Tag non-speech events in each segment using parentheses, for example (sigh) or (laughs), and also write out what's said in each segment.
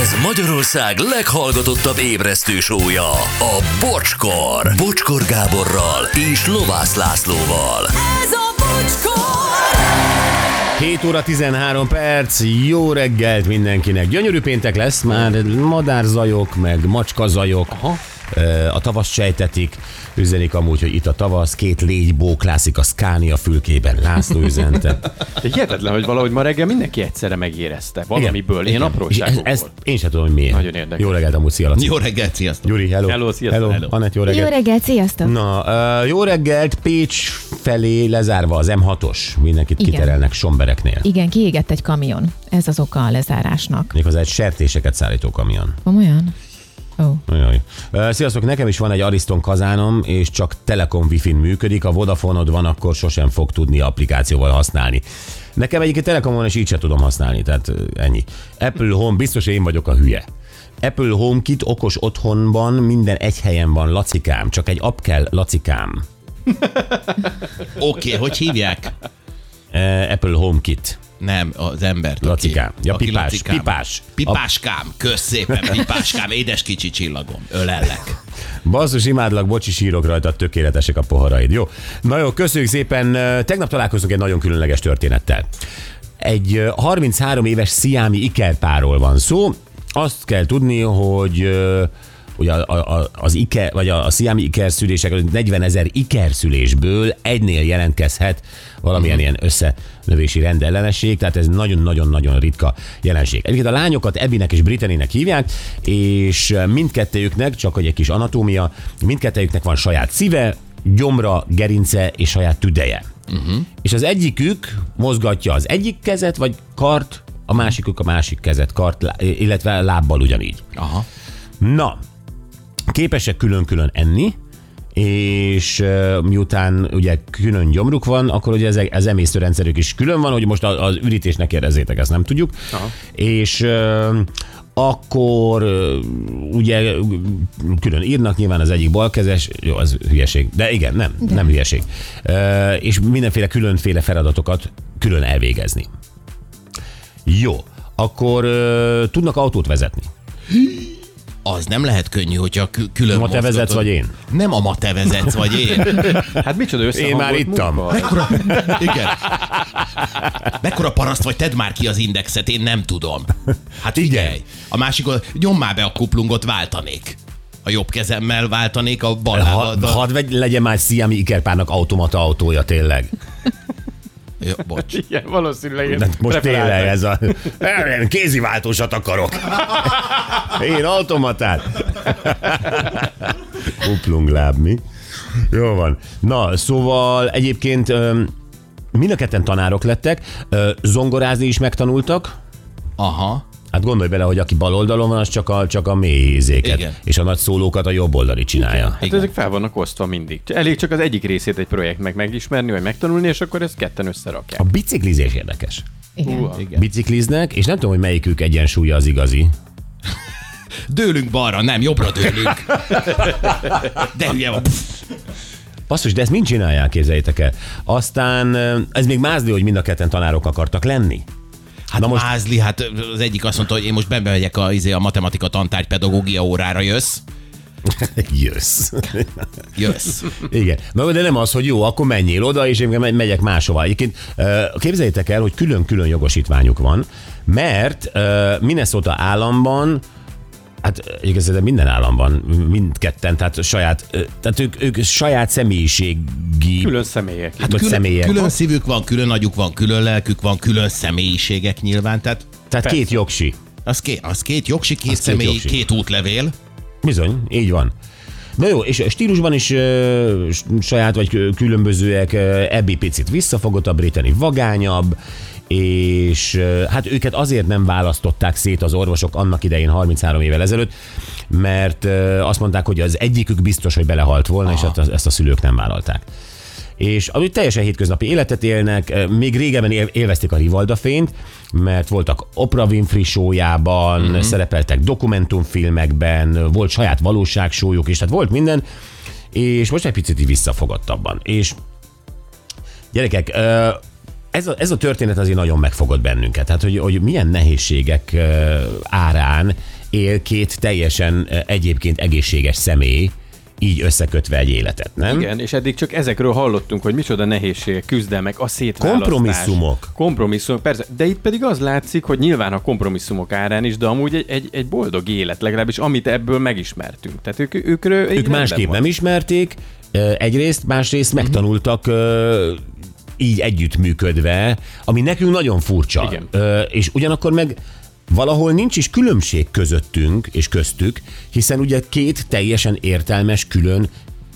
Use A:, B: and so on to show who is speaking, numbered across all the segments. A: Ez Magyarország leghallgatottabb ébresztő sója, a Bocskor. Bocskor Gáborral és Lovász Lászlóval.
B: Ez a bocskor!
C: 7 óra 13 perc, jó reggelt mindenkinek. Gyönyörű péntek lesz, már madárzajok, meg macskazajok. Aha. A tavasz sejtetik, üzenik amúgy, hogy itt a tavasz, két légy bóklászik a Scania fülkében. László
D: (laughs)
C: üzente.
D: De hihetetlen, hogy valahogy ma reggel mindenki egyszerre megérezte valamiből, ilyen
C: És ez,
D: apróságokból.
C: ez, én sem tudom, hogy miért.
D: Nagyon érdekes.
C: Jó reggelt amúgy, szia Laci.
E: Jó reggelt, sziasztok!
C: Gyuri, hello.
D: Hello, sziasztok.
C: hello.
D: Hello.
C: Anett, jó
F: Jó
C: reggelt.
F: reggelt, sziasztok!
C: Na, ö, jó reggelt, Pécs felé lezárva az M6-os. Mindenkit
F: Igen.
C: kiterelnek sombereknél.
F: Igen, kiégett egy kamion. Ez az oka a lezárásnak.
C: Méghozzá egy sertéseket szállító kamion.
F: Komolyan? Ó.
C: Jaj. Ö, Sziasztok, nekem is van egy Ariston kazánom, és csak Telekom wifi működik. Ha Vodafonod van, akkor sosem fog tudni applikációval használni. Nekem egyébként Telekom van, és így sem tudom használni, tehát ö, ennyi. Apple Home, biztos én vagyok a hülye. Apple HomeKit okos otthonban minden egy helyen van, lacikám, csak egy app kell, lacikám.
E: Oké, okay, hogy hívják?
C: Ö, Apple HomeKit.
E: Nem, az embert. aki-
C: Lacikám. Ja,
E: aki
C: pipás, pipás.
E: Pipáskám, kösz szépen, pipáskám, édes kicsi csillagom, ölellek.
C: Basszus, imádlak, bocsi, sírok rajta, tökéletesek a poharaid, jó? Na jó, köszönjük szépen. Ö, Tegnap találkoztunk egy nagyon különleges történettel. Egy ö, 33 éves sziámi ikerpárról van szó. Azt kell tudni, hogy ö, ugye a, a, a- az iker, vagy a, a sziámi ikerszülések, 40 ezer ikerszülésből egynél jelentkezhet valamilyen ilyen összenövési rendellenesség, tehát ez nagyon-nagyon-nagyon ritka jelenség. Egyébként a lányokat Ebinek és Brittanynek hívják, és mindkettőjüknek, csak hogy egy kis anatómia, mindkettőjüknek van saját szíve, gyomra, gerince és saját tüdeje. Uh-huh. És az egyikük mozgatja az egyik kezet, vagy kart, a másikük a másik kezet, kart, lá- illetve lábbal ugyanígy.
E: Aha.
C: Na, képesek külön-külön enni, és ö, miután ugye külön gyomruk van, akkor ugye ez, ez emésztőrendszerük is külön van, hogy most a- az ürítésnek kérdezzétek, ezt nem tudjuk. Aha. És ö, akkor ö, ugye külön írnak, nyilván az egyik balkezes, jó, az hülyeség, de igen, nem, de. nem hülyeség. Ö, És mindenféle különféle feladatokat külön elvégezni. Jó, akkor ö, tudnak autót vezetni.
E: Az nem lehet könnyű, hogyha kü- külön
C: Ma te
E: mozgatod.
C: vezetsz, vagy én?
E: Nem a ma te vezetsz, vagy én.
D: Hát micsoda
C: Én
D: összehangolt
C: már ittam. (laughs)
D: munka.
E: Mekkora... Igen. Mekkora paraszt vagy, tedd már ki az indexet, én nem tudom. Hát figyelj. A másik, nyom már be a kuplungot, váltanék. A jobb kezemmel váltanék, a bal
C: Hadd
E: lábaddal.
C: had vegy, legyen már Sziami Ikerpának automata autója tényleg.
E: Jó, bocs.
D: Igen, valószínűleg én
C: De Hát most
D: preferáltam.
C: tényleg ez a... (laughs) Én kéziváltósat akarok. Én automatát. (laughs) Kuplung láb, mi? Jó van. Na, szóval egyébként öm, mind a ketten tanárok lettek, ö, zongorázni is megtanultak,
E: Aha.
C: Hát gondolj bele, hogy aki bal oldalon van, az csak a, csak a mély ízéket,
E: Igen.
C: és a nagy szólókat a jobb oldali csinálja. Igen.
D: Hát ezek fel vannak osztva mindig. Elég csak az egyik részét egy projektnek megismerni, vagy megtanulni, és akkor ezt ketten összerakják.
C: A biciklizés érdekes.
F: Igen.
D: Húha.
C: Bicikliznek, és nem tudom, hogy melyikük egyensúlya az igazi.
E: Dőlünk balra, nem, jobbra dőlünk. De hülye van. Pff,
C: Basszus, de ezt mind csinálják, képzeljétek el. Aztán ö, ez még mázli, hogy mind a ketten tanárok akartak lenni.
E: Hát Na most... Mázli, hát az egyik azt mondta, hogy én most benne megyek a, izé, a matematika tantárgy pedagógia órára, jössz?
C: Jössz.
E: Jössz.
C: Igen. Na, de nem az, hogy jó, akkor menjél oda, és én me- megyek máshova. Egyébként ö, képzeljétek el, hogy külön-külön jogosítványuk van, mert ö, Minnesota államban Hát igazából minden államban, mindketten, tehát saját, ö, tehát ők, ők saját személyiségi hát,
D: Külön személyek.
C: vagy
E: külön,
C: személyek.
E: külön szívük van, külön agyuk van, külön lelkük van, külön személyiségek nyilván, tehát
C: tehát két jogsi.
E: az, ké, az két jogsi, két
C: két
E: személy,
C: jogsi.
E: két, két útlevél.
C: Bizony, így van. Na jó, és a stílusban is ö, s- saját vagy kö- különbözőek, ö, Abby picit visszafogottabb, Brittany vagányabb, és ö, hát őket azért nem választották szét az orvosok annak idején 33 évvel ezelőtt, mert ö, azt mondták, hogy az egyikük biztos, hogy belehalt volna, Aha. és hát az- ezt a szülők nem vállalták. És amúgy teljesen hétköznapi életet élnek, ö, még régebben él- élvezték a Rivalda fényt, mert voltak Oprah Winfrey sójában, mm-hmm. szerepeltek dokumentumfilmekben, volt saját valóságsójuk is, tehát volt minden, és most egy picit így visszafogottabban. És gyerekek, ö, eh, ez a, ez a történet azért nagyon megfogott bennünket. Tehát, hogy, hogy milyen nehézségek ö, árán él két teljesen ö, egyébként egészséges személy, így összekötve egy életet, nem?
D: Igen, és eddig csak ezekről hallottunk, hogy micsoda nehézségek, küzdelmek, a szétválasztás.
C: Kompromisszumok.
D: Kompromisszumok, persze. De itt pedig az látszik, hogy nyilván a kompromisszumok árán is, de amúgy egy, egy, egy boldog élet, legalábbis amit ebből megismertünk. Tehát ők, őkről így
C: Ők
D: rendben
C: másképp
D: van. Mhm.
C: nem ismerték, ö, egyrészt, másrészt megtanultak ö, így együttműködve, ami nekünk nagyon furcsa.
D: Igen.
C: Ö, És ugyanakkor meg valahol nincs is különbség közöttünk és köztük, hiszen ugye két teljesen értelmes, külön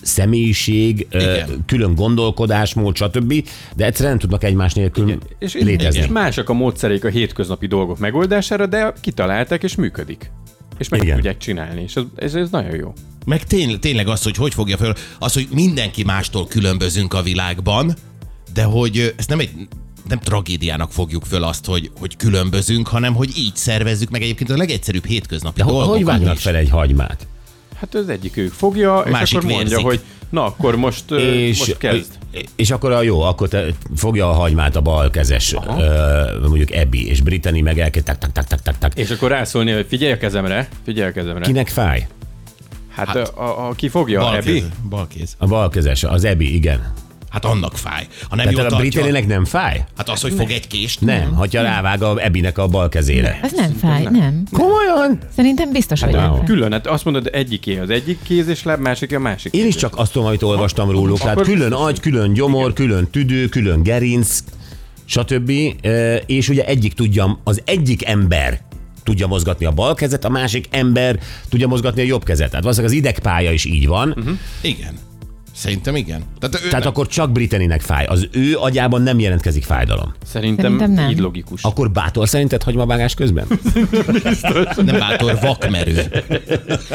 C: személyiség, ö,
E: Igen.
C: külön gondolkodásmód, stb., de egyszerűen nem tudnak egymás nélkül Igen.
D: És,
C: létezni.
D: és mások a módszereik a hétköznapi dolgok megoldására, de kitalálták és működik. És
C: Igen.
D: meg Igen. tudják csinálni, és ez, ez, ez nagyon jó.
E: Meg tény, tényleg az, hogy hogy fogja föl, az, hogy mindenki mástól különbözünk a világban, de hogy ö, ezt nem egy nem tragédiának fogjuk föl azt, hogy, hogy különbözünk, hanem hogy így szervezzük meg egyébként a legegyszerűbb hétköznapi
C: De ho-
E: dolgokat
C: hogy vágnak
E: is.
C: fel egy hagymát?
D: Hát az egyik ők fogja, és
E: Másik
D: akkor mondja,
E: vérzik.
D: hogy na akkor most, ö,
C: és,
D: most kezd.
C: és akkor a jó, akkor te fogja a hagymát a balkezes, ö, mondjuk Ebi, és Brittany meg elkezd tak, tak, tak, tak, tak, tak.
D: És akkor rászólni, hogy figyelj a kezemre, figyelj a kezemre.
C: Kinek fáj?
D: Hát, hát a, a, ki fogja,
E: Bal
D: Ebi?
E: kéz, bal kéz.
C: A balkezes, az Ebi, igen.
E: Hát annak fáj. Ha nem jól
C: Tehát a
E: tartja,
C: Brittanynek nem fáj?
E: hát az, hogy fog egy kést.
C: Nem,
D: Mhm.
C: ha rávág a Ebinek a balkezére.
F: Az nem fáj, nem. nem.
C: Komolyan?
F: Szerintem biztos, hogy nem
C: wow.
F: fáj.
D: Külön, hát azt mondod, egyiké az egyik kéz és láb, másik a másik
C: Én
D: kéz.
C: is csak azt tudom, amit olvastam róluk. Tehát
D: Akkor-
C: külön agy, külön gyomor, külön tüdő, külön gerinc, stb. Ö, És ugye egyik tudja, az egyik ember tudja mozgatni a bal kezet, a másik ember tudja mozgatni a jobb kezet. Tehát valószínűleg az idegpálya is így van. Uh-huh.
E: Igen. Szerintem igen. Tehát, ő,
C: Tehát
E: Tehát
C: akkor csak Brittanynek fáj. Az ő agyában nem jelentkezik fájdalom.
D: Szerintem,
F: Szerintem nem.
D: így logikus.
C: Akkor bátor szerinted hagymavágás közben?
E: nem bátor, vakmerő.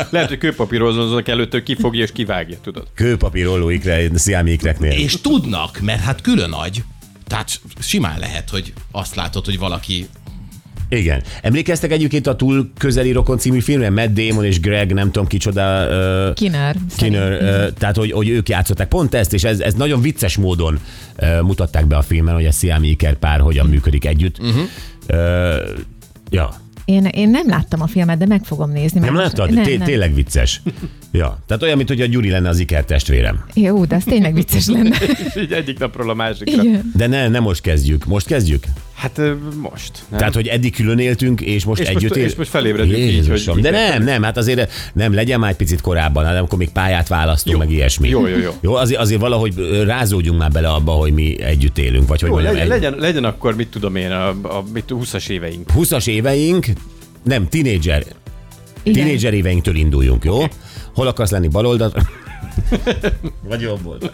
D: Lehet, hogy kőpapírozózók előtt ő kifogja és kivágja, tudod. (laughs)
C: Kőpapír ollóikre, sziámi ikreknél.
E: És tudnak, mert hát külön agy. Tehát simán lehet, hogy azt látod, hogy valaki
C: Igen. Emlékeztek egyébként a túl közeli rokon című filmre? Matt Damon és Greg, nem tudom kicsoda, ö,
F: Kinör.
C: Kinner, ö, tehát hogy, hogy ők játszották pont ezt, és ez, ez nagyon vicces módon ö, mutatták be a filmen, hogy a Siami Iker pár hogyan
D: Mhm.
C: működik együtt. Uh-huh. Ö, ja.
F: Én, én nem láttam a filmet, de meg fogom nézni.
C: Nem
F: mert most-
C: láttad?
F: Nem,
C: Té-
F: nem.
C: Tényleg vicces. Ja. Tehát olyan, mint hogy a Gyuri lenne az Iker testvérem.
F: Jó, de az tényleg vicces
C: (laughs)
F: lenne.
D: És így egyik napról a másikra.
F: Igen.
C: De ne, nem most kezdjük. Most kezdjük?
D: Hát ö, most. Nem?
C: Tehát, hogy eddig külön éltünk, és most
D: És most-
C: együtt él-
D: és most felébredünk így,
C: Jézusom,
D: hogy-
C: De nem, nem, hát azért nem, legyen már egy picit korábban, hanem amikor még pályát választunk, meg ilyesmi.
D: Jó, jó, jó.
C: Jó, azért, azért valahogy ö, rázódjunk már bele abba, hogy mi együtt élünk, vagy hogy
D: Jó,
C: mondjam,
D: legyen,
C: egy-
D: legyen, legyen, akkor, mit tudom én, a, a mit, 20-as éveink.
C: 20-as éveink, nem, tinédzser,
F: Igen.
C: tinédzser éveinktől induljunk, jó? Hol akarsz lenni, baloldal? Vagy jobb oldal?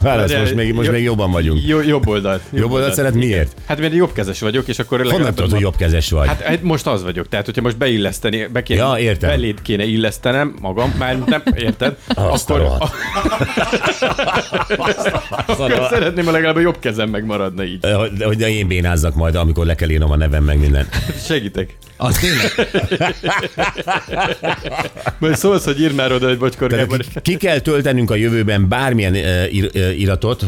C: Válasz,
D: De-
C: most még, most
D: jó-
C: még jobban vagyunk.
D: Jó, jobb oldalt. Jobb,
C: Jobb oldalt szeret, miért?
D: Hát mert jobbkezes vagyok, és akkor
C: Honnan
D: legalább-
C: tudod, hogy jobbkezes vagy?
D: Hát, hát most az vagyok, tehát hogyha most beilleszteni, be kéne,
C: Ja, értem.
D: beléd kéne illesztenem magam, már nem, érted?
C: (laughs) Azt a rohadt.
D: (laughs) akkor szeretném, ha legalább a jobb kezem megmaradna így.
C: Ö, Hogy, hogy én bénázzak majd, amikor le kell írnom a nevem, meg minden.
D: Hát Segítek.
E: az tényleg
D: Majd szólsz, hogy írd már oda, hogy bocskor
C: Tehát
D: Gábor.
C: ki, ki kell töltenünk a jövőben bármilyen ö, ir, ö, iratot,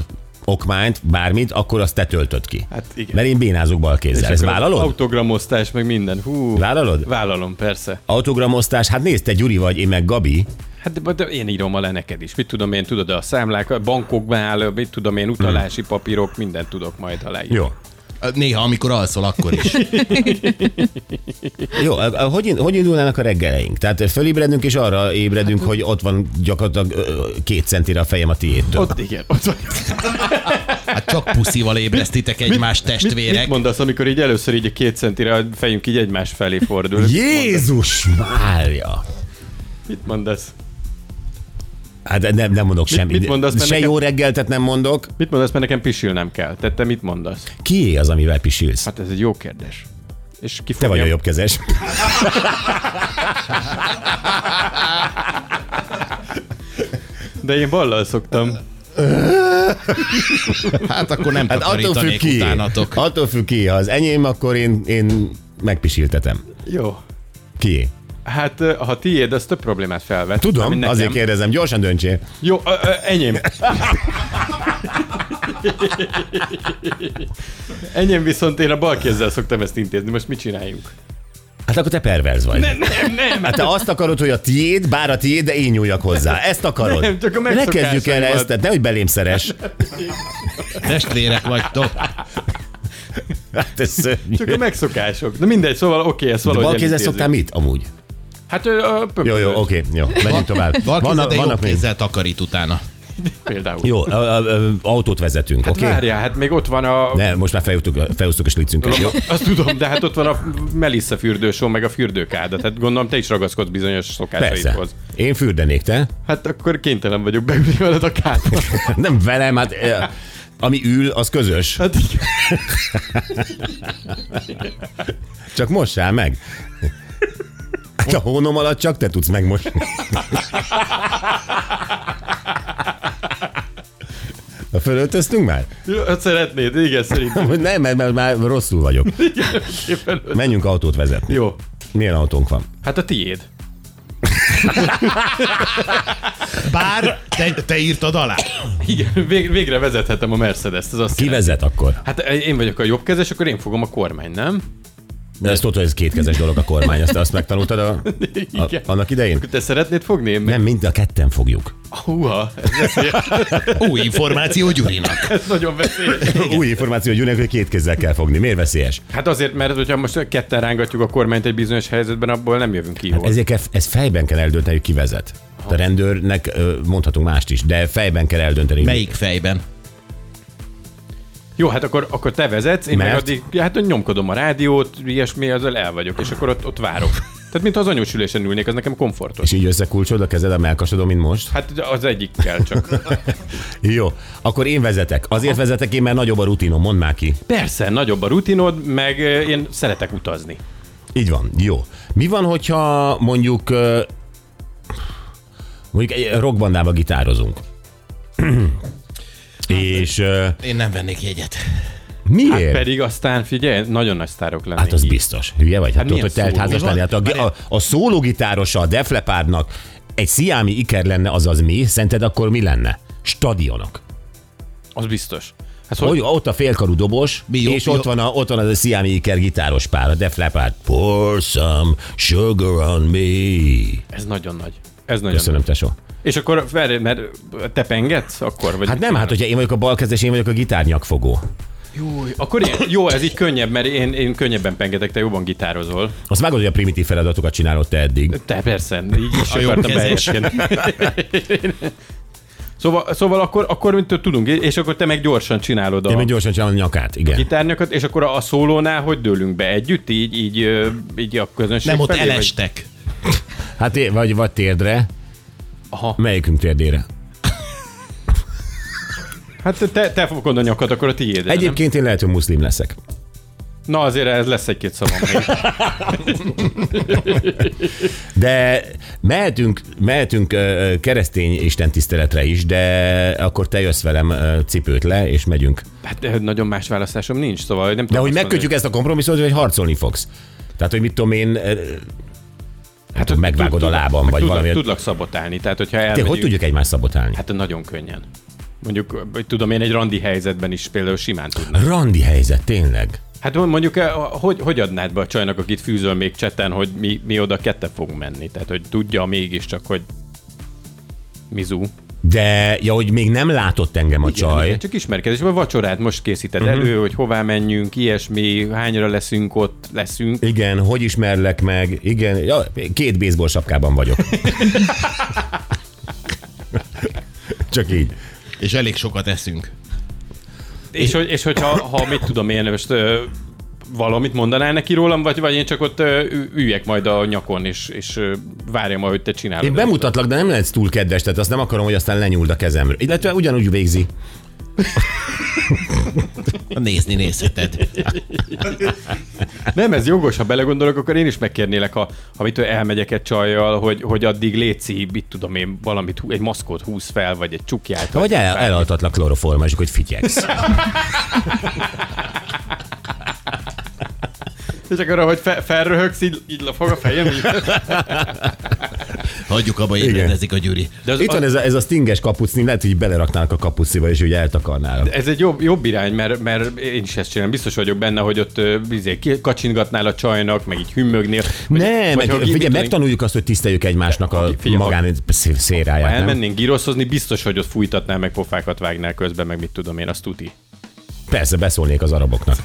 C: okmányt, bármit, akkor azt te töltöd ki.
D: Hát igen.
C: Mert én bénázok bal kézzel. Ezt vállalod?
D: Autogramosztás, meg minden. Hú.
C: Vállalod?
D: Vállalom, persze.
C: Autogramosztás, hát nézd, te Gyuri vagy, én meg Gabi.
D: Hát de, de én írom alá neked is. Mit tudom én, tudod, a számlák, a bankokban áll, mit tudom én, utalási papírok, mindent tudok majd aláírni.
C: Jó.
E: néha, amikor alszol, akkor is.
C: Jó, ö, ö, hogy, in- hogy indulnának a reggeleink? Tehát fölébredünk, és arra ébredünk,
D: Hát-
C: hogy ott van gyakorlatilag ö, két centire a fejem a tiédtől.
D: Ott igen, ott vagy.
E: Hát csak puszival ébresztitek egymást
D: Mit
E: testvérek.
D: mondasz, amikor így először így a két centire a fejünk így egymás felé fordul?
C: Jézus Mária!
D: Mit mondasz?
C: Hát nem, nem mondok semmit.
D: mit mondasz, mert
C: Se
D: nekem-
C: jó reggeltet nem mondok.
D: Mit mondasz, mert nekem pisilnem kell. Tehát te mit mondasz?
C: Kié az, amivel pisilsz?
D: Hát ez egy jó kérdés. És ki
C: Te vagy a
D: fogja-
C: jobbkezes.
D: De én ballal szoktam.
E: Hát akkor nem
C: Hát attól függ
E: takarítanék
C: ki.
E: utánatok.
C: Attól függ ki. Ha az enyém, akkor én, én megpisiltetem.
D: Jó.
C: Ki?
D: Hát, ö, ha tiéd, az több problémát felvet.
C: Tudom,
D: ami nekem.
C: azért kérdezem, gyorsan döntsél.
D: Jó, ö, ö, enyém. Enyém viszont én a bal kézzel szoktam ezt intézni, most mit csináljunk?
C: Hát akkor te perverz vagy. Nem,
D: Nem, nem.
C: Hát te azt akarod, hogy a tiéd, bár a tiéd, de én nyúljak hozzá. Ezt akarod.
D: Nem, csak a
C: ne kezdjük el
D: megszokásaimat.
C: ezt, tehát nehogy belém szeres.
E: Testvérek vagytok.
C: Hát ez szörnyű.
D: Csak a megszokások. Na mindegy, szóval oké, okay, ezt
C: De
D: valahogy
C: bal kézzel
D: elintézzük.
C: szoktál mit amúgy?
D: Hát ö, ö, pömpölös.
C: Jó, jó, oké, jó. Menjünk tovább.
E: Bal kézzel,
C: Vannak,
E: de jobb
C: vannak még.
E: kézzel takarít utána.
D: Például.
C: Jó, ö, ö, ö, autót vezetünk,
D: Hát
C: oké?
D: várjál, hát még ott van a...
C: Ne, most már felhúztuk, felhúztuk a slicünket. Jó.
D: (laughs) Azt tudom, de hát ott van a Melissa fürdősó, meg a fürdőkáda. Tehát gondolom, te is ragaszkodsz bizonyos
C: Persze.
D: szokásaidhoz.
C: Én fürdenék, te? (laughs)
D: Hát akkor kénytelen vagyok beülni veled a kádba.
C: Nem velem, hát ö, ami ül, az közös.
D: Hát igen.
C: Csak mossál meg. Hát a hónom alatt csak te tudsz megmosni. Na, Fölöltöztünk már?
D: Jó, hát szeretnéd, igen, szerintem.
C: Hogy Nem, mert, mert már rosszul vagyok.
D: Éppen öt.
C: Menjünk autót vezetni.
D: Jó,
C: Milyen autónk van?
D: hát a tiéd.
E: Bár te, te írtad alá.
D: Igen, vég, végre vezethetem a Mercedes-t, ez azt
C: Ki
D: jelenti.
C: vezet akkor?
D: Hát én vagyok a jobbkezes, akkor én fogom a kormány, nem?
C: De ezt tudod, hogy ez kétkezes dolog a kormány, azt, azt megtanultad a, a,
D: Igen.
C: annak idején?
D: Te szeretnéd fogni? Én meg...
C: Nem, mind a ketten fogjuk.
D: Húha, ez, veszélyes,
E: Új információ Gyurinak.
D: ez
C: (laughs)
D: nagyon veszélyes.
C: Új információ Gyurinek, hogy két kézzel kell fogni. Miért veszélyes?
D: Hát azért, mert hogyha most ketten rángatjuk a kormányt egy bizonyos helyzetben, abból nem jövünk ki jól.
C: Ezért kell, Hát ez fejben kell eldönteni, hogy ki vezet. Hát A rendőrnek ö, mondhatunk mást is, de fejben kell eldönteni. hogy-
E: Melyik fejben?
D: Jó, hát akkor, akkor te vezetsz, én meg
C: Mert?
D: addig, ja, hát nyomkodom a rádiót, ilyesmi, azzal el vagyok, és akkor ott, ott várok. Tehát mintha az anyósülésen ülnék, az nekem komfortos.
C: És így összekulcsod a kezed a melkasodon, mint most?
D: Hát az egyikkel csak.
C: Jó, akkor én vezetek. Azért vezetek én, mert nagyobb a rutinom, mondd már ki.
D: Persze, nagyobb a rutinod, meg eh, én szeretek utazni.
C: Így van, jó. Mi van, hogyha mondjuk ö, mondjuk egy rockbandába gitározunk? És ö,
E: Én nem vennék jegyet.
C: miért?
D: hát Pedig aztán figyelj, nagyon nagy sztárok lennénk.
C: Hát az biztos. Hülye vagy? Hát, tudod,
D: milyen
C: hogy teltházas
D: szóló?
C: lenni. Hát a, a, a szólógitárosa a Def Leppardnak egy Siami Iker lenne, azaz mi? Szerinted akkor mi lenne? Stadionok.
D: Az biztos. Hát
C: Hogy
D: hogy,
C: ott a félkarú dobos,
E: Mi jó,
C: és
E: mi
C: ott
E: jó.
C: van, a, ott van az a Siami Iker gitáros pár, a Def Leppard. Pour some sugar on me.
D: ez nagyon nagy. Ez nagyon
C: Köszönöm, tesó.
D: nagy. És akkor, várj, mert te pengetsz akkor? Vagy
C: Hát nem, hát hogyha én vagyok a balkezes, én vagyok a gitárnyakfogó.
D: Akkor én, jó, ez így könnyebb, mert én, én könnyebben pengetek, te jobban gitározol.
C: Azt vágod, hogy a primitív feladatokat csinálod te eddig.
D: Te persze, így is
E: A jobb
D: akartam
E: kezes.
D: bejelenteni. Szóval, szóval akkor, akkor mint tudunk, és akkor te meg gyorsan csinálod
C: Én
D: a
C: még gyorsan csinálom a nyakát, igen.
D: gitárnyakat, és akkor a szólónál hogy dőlünk be együtt, így, így, ö, így a közönség
E: Nem, ott
D: felé, vagy-
E: elestek.
C: Hát é- vagy, vagy térdre.
D: Aha.
C: Melyikünk térdére?
D: Hát te, te fogod a nyakat, akkor a tiéd. Egyéb...
C: Egyébként én lehet, hogy muszlim leszek.
D: Na azért ez lesz egy-két szavam. még.
C: De mehetünk, mehetünk ö, ö, keresztény istentiszteletre is, de akkor te jössz velem ö, cipőt le, és megyünk.
D: Hát ö, nagyon más választásom nincs, szóval nem
C: De
D: tudom
C: hogy
D: azt
C: megkötjük ezt a kompromisszot, hogy harcolni fogsz. Tehát, hogy mit tudom én, ö, hát,
D: hogy
C: megvágod a
D: tud-
C: lábam,
D: meg
C: vagy
D: tudlak,
C: valami.
D: Tudlak szabotálni, tehát hogyha
C: Te
D: elmegyünk,
C: hogy tudjuk egymást szabotálni?
D: Hát nagyon könnyen. Mondjuk, hogy tudom én, egy randi helyzetben is például simán tudnám.
C: Randi helyzet, tényleg.
D: Hát mondjuk, eh, hogy, hogy adnád be a csajnak, akit fűzöl még cseten, hogy mi, mi oda ketten fogunk menni? Tehát, hogy tudja mégiscsak, hogy Mizu.
C: De, ja, hogy még nem látott engem a csaj. Mhm.
D: Igen, Csak ismerkedésben vacsorát most készíted uh-huh. elő, hogy hová menjünk, ilyesmi, hányra leszünk ott, leszünk.
C: Igen, hogy ismerlek meg? Igen, ja, két baseball sapkában
D: (laughs)
C: vagyok. Csak így.
E: És elég sokat eszünk.
D: És, hogy, és hogyha, ha mit tudom én, most ö, valamit mondanál neki rólam, vagy, vagy én csak ott ö, ü- üljek majd a nyakon, és, és ö, várjam majd, hogy te csinálod.
C: Én bemutatlak, de nem lehetsz túl kedves, tehát azt nem akarom, hogy aztán lenyúld a kezemről. Illetve ugyanúgy végzi.
E: Nézni nézheted.
D: Nem, ez jogos, ha belegondolok, akkor én is megkérnélek, ha, ha mit tudom, elmegyek egy csajjal, hogy, hogy addig léci, mit tudom én, valamit, hú- egy maszkot húz fel, vagy egy csukját.
C: Vagy el, elaltatlak kloroforma, és akkor hogy
D: (laughs)
C: fityegsz.
D: És akkor, ahogy fe, felröhögsz, így, így lefog a fejem. így.
E: Hagyjuk abba, ébredezik a Gyuri.
D: De az,
C: Itt van ez a, ez a stinges kapucni, lehet, hogy beleraknának a kapuciba, és úgy eltakarnának.
D: Ez egy jobb, jobb irány, mert, mert én is ezt csinálom. Biztos vagyok benne, hogy ott ö, izé, ki- kacsintgatnál a csajnak, meg így hümmögnél. Vagy-
C: Nem, meg,
D: ha ki- mit
C: figyelj,
D: tudom én,
C: megtanuljuk azt, hogy tiszteljük egymásnak a
D: Figyelj, ha-
C: magán szé-
D: Ha
C: széráját, nem?
D: elmennénk gíroszozni, biztos, hogy ott fújtatnál, meg pofákat vágnál közben, meg mit tudom én, azt tuti.
C: Persze, beszólnék az araboknak,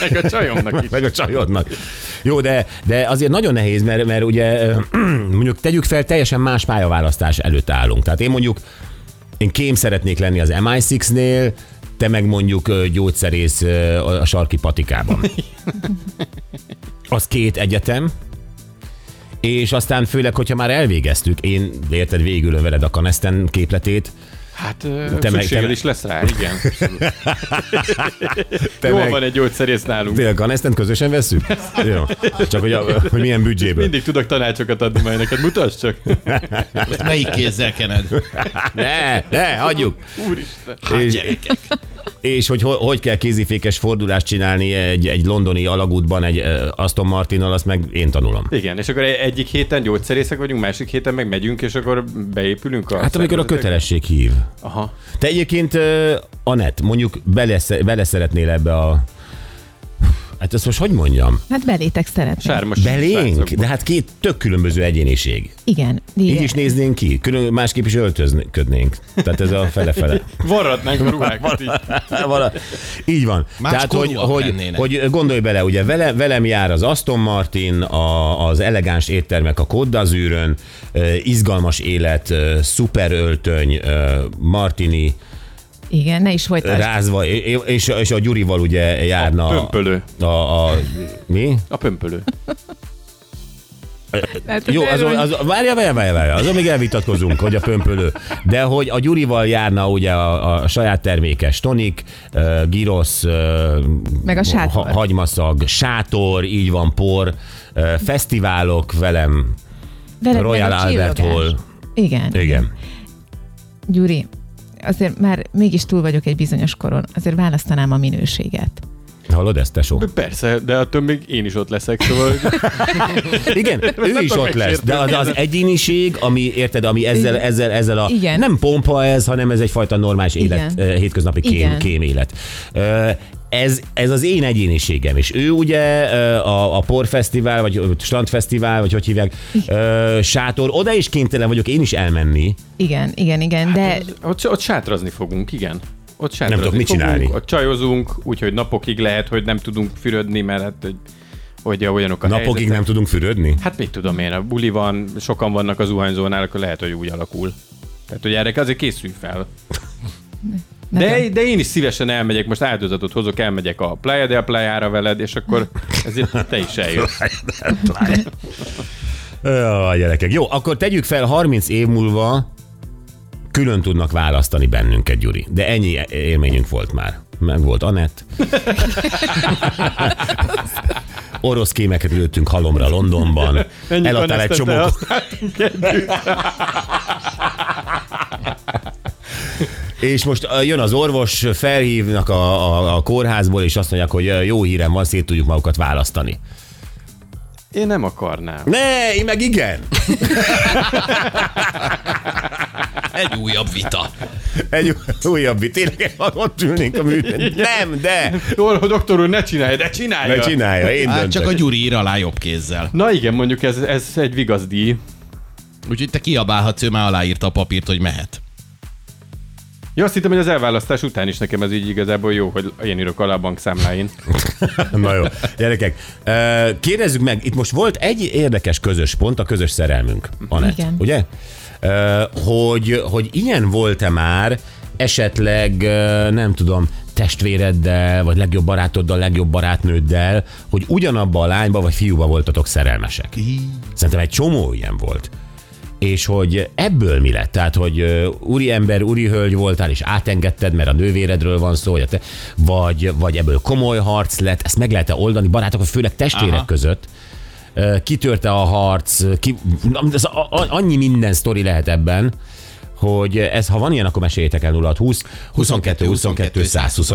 D: Meg a csajomnak is.
C: meg a csajodnak. Jó, de, de azért nagyon nehéz, mert, mert ugye (clears throat) mondjuk tegyük fel, teljesen más pályaválasztás előtt állunk. Tehát én mondjuk, én kém szeretnék lenni az MI6-nél, te meg mondjuk ö, gyógyszerész ö, a sarki patikában. Az két egyetem, és aztán főleg, hogyha már elvégeztük, én érted végül veled a kanesten képletét,
D: Hát
C: te
D: te
C: meg-
D: szükséged
C: te-
D: is lesz rá, (laughs) igen.
C: te
D: Jól
C: meg-
D: van egy gyógyszerész nálunk.
C: Tényleg Ganestent közösen (laughs) veszünk? Jó. Csak hogy, a, hogy milyen büdzséből.
D: Mindig tudok tanácsokat adni majd neked, mutasd csak.
E: Ezt melyik kézzel kened?
C: Ne, ne, hagyjuk.
D: Úristen.
E: Hát,
C: És,
E: gyerekek.
C: és hogy ho- hogy kell kézifékes fordulást csinálni egy, egy londoni alagútban egy ö, Aston Martinnal, azt meg én tanulom.
D: (laughs) Igen, és akkor egy- egyik héten gyógyszerészek vagyunk, másik héten meg megyünk, és akkor beépülünk a...
C: Hát amikor a kötelesség hív.
D: Aha.
C: Te egyébként, ö, Anett, mondjuk belesze- beleszeretnél ebbe a... Hát ezt most hogy mondjam?
F: Hát belétek szeretném.
D: Sármos
C: Belénk?
D: srácokból.
C: De hát két tök különböző egyéniség.
F: Igen.
C: Így is néznénk ki. Külön, másképp is öltözködnénk. Tehát ez a fele-fele.
D: Varratnánk a (laughs) ruhákat így.
C: Hát, Vala, így van.
E: Más
C: Tehát, hogy,
E: korúak
C: hogy,
E: lennének.
C: hogy gondolj bele, ugye vele, velem jár az Aston Martin, a, az elegáns éttermek a Côte d'Azurön, ö, izgalmas élet, ö, szuper öltöny, ö, martini,
F: Igen, ne is folytasd.
C: rázva, é- és, és a Gyurival ugye járna
D: Pömpölő.
C: a, a, mi?
D: A pömpölő.
F: Tehát
C: Jó,
F: ez
C: azon,
F: Hát, erről-
C: az, várja, várja, várja, várja, azon még elvitatkozunk, hogy a pömpölő. De hogy a Gyurival járna ugye a, a saját termékes tonik, uh, girosz, uh,
F: Meg a sátor.
C: hagymaszag, sátor, így van, por, uh, fesztiválok velem,
F: Veled
C: Royal
F: meg a
C: Albert
F: csillogás.
C: Hall.
F: Igen.
C: Igen.
F: Gyuri, azért már mégis túl vagyok egy bizonyos koron, azért választanám a minőséget.
C: Hallod ezt,
D: (laughs)
C: tesó?
D: Persze, de attól még én is ott leszek, szóval
C: Igen, ő
D: nem
C: is
D: tudom
C: ott lesz, de az, az egyéniség, ami, érted, ami ezzel,
F: Igen.
C: ezzel, ezzel a,
F: Igen.
C: nem pompa ez, hanem ez egyfajta normális élet,
F: Igen.
C: eh, hétköznapi kém,
F: Igen.
C: kém élet. Ö, Ez, ez az én egyéniségem is. Ő ugye ö, a, a porfesztivál, vagy ö, strandfesztivál, vagy hogy hívják, ö, sátor, oda is kénytelen vagyok én is elmenni.
F: Igen, igen, igen, hát de
D: ott, ott sátrazni fogunk, igen. Ott sátrazni
C: tudok mit
D: fogunk,
C: csinálni.
D: Ott csajozunk, úgyhogy napokig lehet, hogy nem tudunk fürödni, mert hát, hogy, hogy olyanok a
C: Napokig
D: helyzetek.
C: nem tudunk fürödni?
D: Hát mit tudom én, a buli van, sokan vannak az zuhanyzónál, akkor lehet, hogy úgy alakul. Tehát, hogy erre azért készülj fel. De, de én is szívesen elmegyek, most áldozatot hozok, elmegyek a Playa del Playa-ra veled, és akkor ezért te is eljössz.
C: Jaj, gyerekek. Jó, akkor tegyük fel, 30 év múlva külön tudnak választani bennünket, Gyuri. De ennyi élményünk volt már. Meg volt Anett. Orosz kémeket lőttünk halomra Londonban. Eladtál egy csomó... És most ö, jön az orvos, felhívnak a, a, a kórházból, és azt mondják, hogy ö, jó hírem van, szét tudjuk magukat választani.
D: Én nem akarnám.
C: Ne, én meg igen!
E: Egy újabb vita.
C: Egy újabb bit. Tényleg ott ülnénk a műtőn. Nem, de!
D: Jól, hogy doktor úr, ne csinálj, de csinálja.
C: Ne csinálja, én
E: Hát
C: döntök.
E: csak a Gyuri ír alá jobb kézzel.
D: Na igen, mondjuk ez, ez egy vigazdi.
E: Úgyhogy te kiabálhatsz, ő már aláírta a papírt, hogy mehet.
D: Ja, azt hittem, hogy az elválasztás után is nekem ez így igazából jó, hogy én írok alá a bankszámláin.
C: Na jó, gyerekek. ö, Kérdezzük meg, itt most volt egy érdekes közös pont, a közös szerelmünk, Anett,
F: Igen.
C: ugye? Ö, Hogy, hogy ilyen volt-e már esetleg, ö, nem tudom, testvéreddel, vagy legjobb barátoddal, legjobb barátnőddel, hogy ugyanabba a lányba vagy fiúba voltatok szerelmesek. Szerintem egy csomó ilyen volt. és hogy ebből mi lett? Tehát, hogy ö, úri ember, úri hölgy voltál, és átengedted, mert a nővéredről van szó, vagy, a te, vagy, vagy ebből komoly harc lett, ezt meg lehet-e oldani barátok, főleg testvérek Aha.
E: Aha.
C: között? Ö, Kitörte a harc, ki, na, ez a, a, annyi minden sztori lehet ebben, hogy ez, ha van ilyen, akkor meséljétek el 0620 22 22 120.